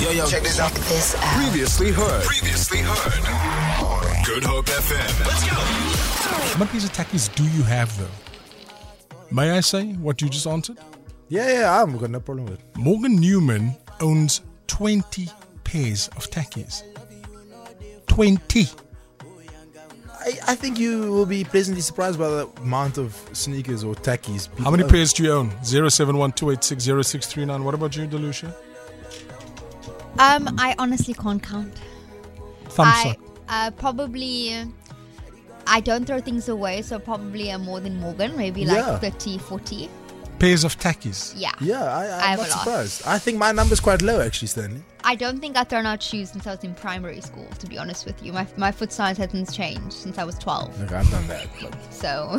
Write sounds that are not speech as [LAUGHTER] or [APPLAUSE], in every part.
Yo, yo, Check this out. This out. Previously heard. Previously heard. Good Hope FM. Let's go. How many of these attackies do you have, though? May I say what you just answered? Yeah, yeah, I've got no problem with it. Morgan Newman owns 20 pairs of tackies. 20. I, I think you will be pleasantly surprised by the amount of sneakers or tackies. How many people- pairs do you own? 0712860639. What about you, Delucia? Um, I honestly can't count. Thumbs I up. uh, probably I don't throw things away, so probably uh, more than Morgan, maybe like Yeah. 30, 40. Pairs of tackies. Yeah. Yeah, I, I I'm have not a lot. surprised. I think my number's quite low, actually, Stanley. I don't think I've thrown out shoes since I was in primary school, to be honest with you. My, my foot size hasn't changed since I was 12. Look, I've done that. So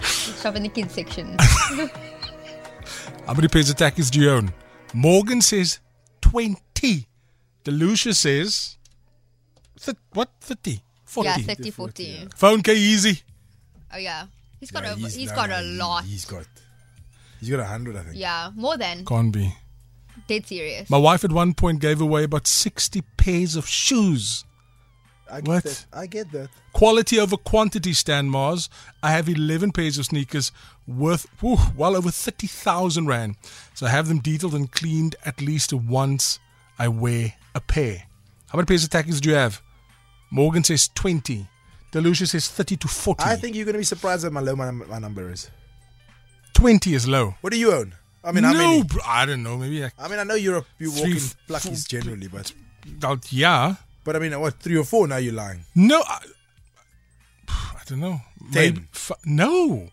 [LAUGHS] shop in the [LAUGHS] kids section. How many pairs of tackies do you own? Morgan says 20. Delucia says, th- what, 30? 40. yeah, 30, 40. Phone K easy. Oh, yeah. He's got, No, over, he's no, got no, a he- lot. He's got. He's got a hundred, I think. Yeah, more than. Can't be. Dead serious. My wife at one point gave away about 60 pairs of shoes. I get What? That. I get that. Quality over quantity, Stan Mars. I have 11 pairs of sneakers worth whew, well over 30,000 Rand. So I have them detailed and cleaned at least once I wear a pair. How many pairs of tackies do you have? Morgan says 20. Delucia says 30 to 40. I think you're going to be surprised at my low my, num- my number is. 20 is low. What do you own? I mean, no, I mean, bro, I don't know. Maybe like, I mean, I know you're a, you walk Three, in f- pluckies generally, but out- yeah. but I mean, what three or four? Now you're lying. No, I, [SIGHS] I don't know. Ten. f- no.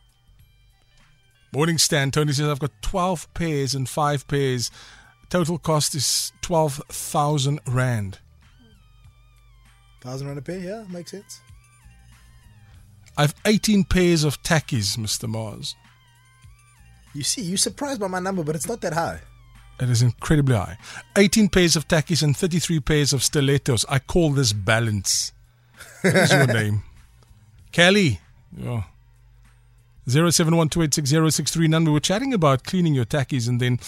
Morning stand. Tony says I've got twelve pairs and five pairs. Total cost is twelve thousand rand. Thousand rand a pair, yeah, makes sense. I've eighteen pairs of tackies, Mister Mars. You see, you're surprised by my number, but it's not that high. It is incredibly high. Eighteen pairs of tackies and thirty-three pairs of stilettos. I call this balance. What is your name? Kelly. Yeah. Zero seven one two eight six zero six three nine. We were chatting about cleaning your tackies, and then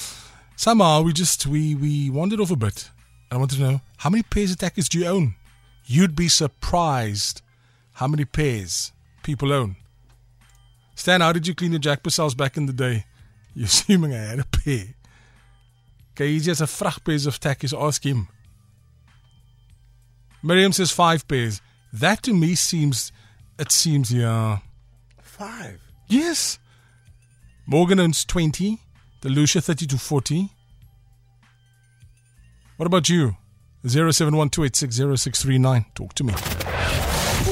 somehow we just we we wandered off a bit. I wanted to know how many pairs of tackies do you own? You'd be surprised how many pairs people own. Stan, how did you clean your Jack Purcells back in the day? [LAUGHS] You're assuming I had a pair. Kaiji has a vracht pairs of tackies. Ask him. Miriam says five pairs. That to me seems, it seems yeah. Five. Yes. Morgan owns 20, the Lucia 30 to 40. What about you? 0712860639. Talk to me.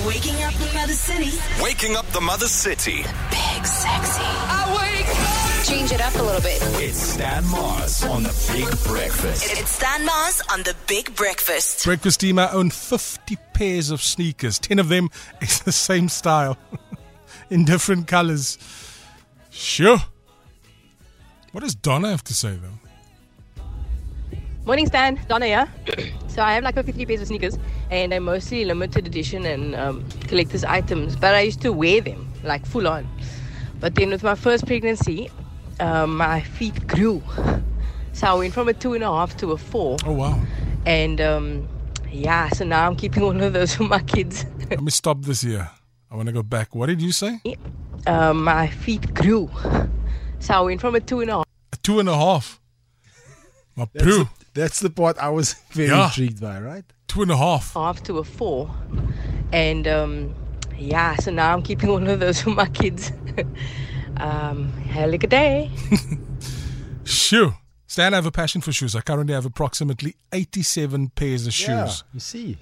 Waking up the mother city. Waking up the mother city. Big sexy. Change it up a little bit. It's Stan Mars on the Big Breakfast. It's Stan Mars on the Big Breakfast. Breakfast team, I own 50 pairs of sneakers. 10 of them [LAUGHS] is the same style [LAUGHS] in different colors. Sure. What does Donna have to say, though? Morning, Stan. Donna here. so I have like 53 pairs of sneakers, and they're mostly limited edition and um, collector's items. But I used to wear them like full on. But then with my first pregnancy, um, my feet grew, so I went from a two and a half to a four. Oh, wow. And um, yeah, so now I'm keeping [LAUGHS] all of those for my kids. [LAUGHS] Let me stop this here. I want to go back. What did you say? um, my feet grew, so I went from a two and a half. A two and a half. My That's brew. The, that's the part I was [LAUGHS] very Yeah. intrigued by, right? Two and a half. half to a four. And um, yeah, so now I'm keeping [LAUGHS] all of those for my kids. [LAUGHS] um, have a good day. Shoe. Stan, I have a passion for shoes. I currently have approximately 87 pairs of shoes. you see.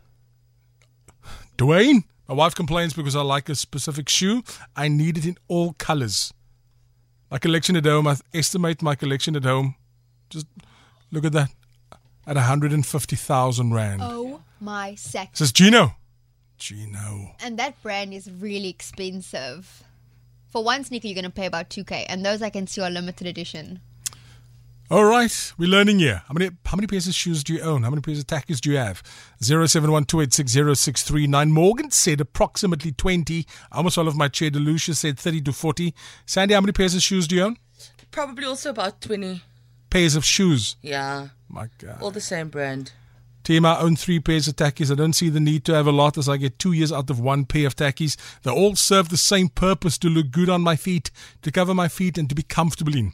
Dwayne, my wife complains because I like a specific shoe. I need it in all colors. My collection at home, I estimate my collection at home. Just look at that. At 150,000 Rand. oh my sec. Says Gino. Gino. And that brand is really expensive. For one sneaker, you're going to pay about 2K, and those I can see are limited edition. All right, we're learning here. How many how many pairs of shoes do you own? How many pairs of tackies do you have? Zero seven one two eight six zero six three nine. Morgan said approximately twenty. I almost all of my chair. Delucia said thirty to forty. Sandy, how many pairs of shoes do you own? Probably also about 20. Pairs of shoes. Yeah. My God. All the same brand. Team, I own three pairs of tackies. I don't see the need to have a lot as I get two years out of one pair of tackies. They all serve the same purpose to look good on my feet, to cover my feet, and to be comfortable in.